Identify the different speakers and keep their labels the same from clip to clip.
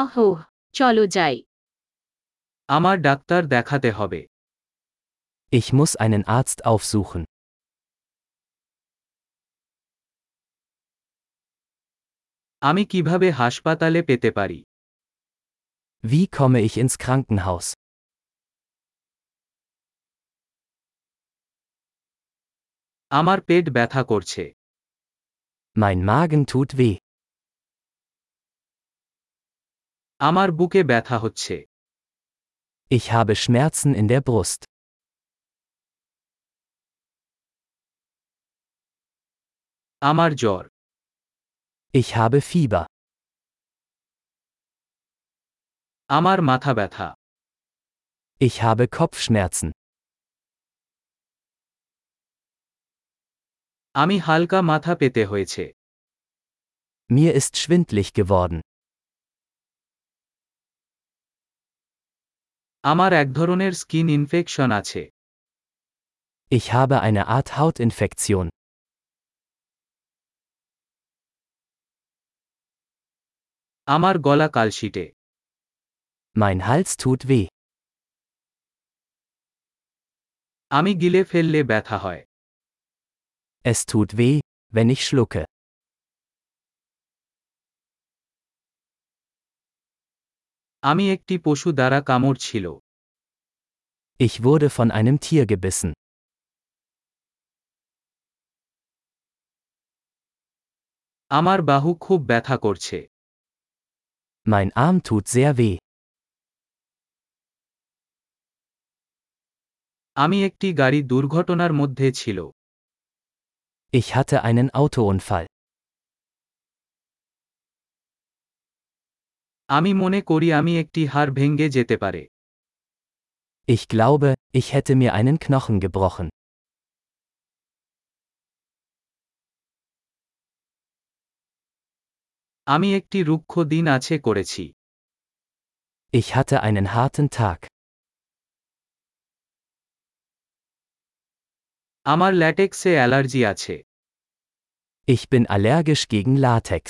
Speaker 1: আহোহ চলো যাই
Speaker 2: আমার ডাক্তার দেখাতে হবে
Speaker 3: Ich muss einen Arzt aufsuchen.
Speaker 2: আমি কিভাবে হাসপাতালে পেতে পারি
Speaker 3: Wie komme ich ins Krankenhaus?
Speaker 2: আমার পেট ব্যথা করছে
Speaker 3: Mein Magen tut weh.
Speaker 2: আমার বুকে ব্যথা হচ্ছে
Speaker 3: Ich habe Schmerzen in der Brust.
Speaker 2: আমার জ্বর
Speaker 3: Ich habe Fieber.
Speaker 2: আমার মাথা ব্যথা
Speaker 3: Ich habe Kopfschmerzen.
Speaker 2: আমি হালকা মাথা পেতে হয়েছে
Speaker 3: Mir ist schwindlig geworden.
Speaker 2: আমার এক ধরনের স্কিন ইনফেকশন আছে
Speaker 3: Ich habe eine Art Hautinfektion.
Speaker 2: আমার গলা কালশিটে
Speaker 3: Mein Hals tut weh.
Speaker 2: আমি গিলে ফেললে ব্যথা হয়
Speaker 3: Es tut weh, wenn ich schlucke.
Speaker 2: আমি একটি পশু দ্বারা কামড় ছিল
Speaker 3: Ich wurde von einem Tier gebissen.
Speaker 2: আমার বাহু খুব ব্যথা করছে
Speaker 3: Mein Arm tut sehr weh.
Speaker 2: আমি একটি গাড়ি দুর্ঘটনার মধ্যে ছিল
Speaker 3: Ich hatte einen Autounfall.
Speaker 2: আমি মনে করি আমি একটি হাড় ভেঙে যেতে পারে
Speaker 3: Ich glaube, ich hätte mir einen Knochen gebrochen.
Speaker 2: আমি একটি রুক্ষ দিন আছে করেছি
Speaker 3: Ich hatte einen harten Tag.
Speaker 2: আমার ল্যাটেক্সে অ্যালার্জি আছে
Speaker 3: Ich bin allergisch gegen Latex.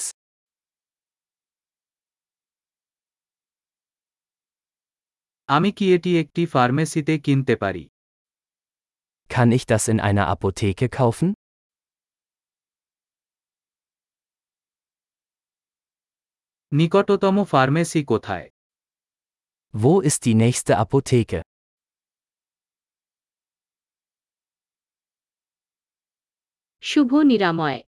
Speaker 2: আমি কি এটি একটি ফার্মেসিতে কিনতে পারি
Speaker 3: Kann ich das in einer Apotheke kaufen?
Speaker 2: নিকটতম ফার্মেসি কোথায়
Speaker 3: Wo ist die nächste Apotheke?
Speaker 1: শুভ নিরাময়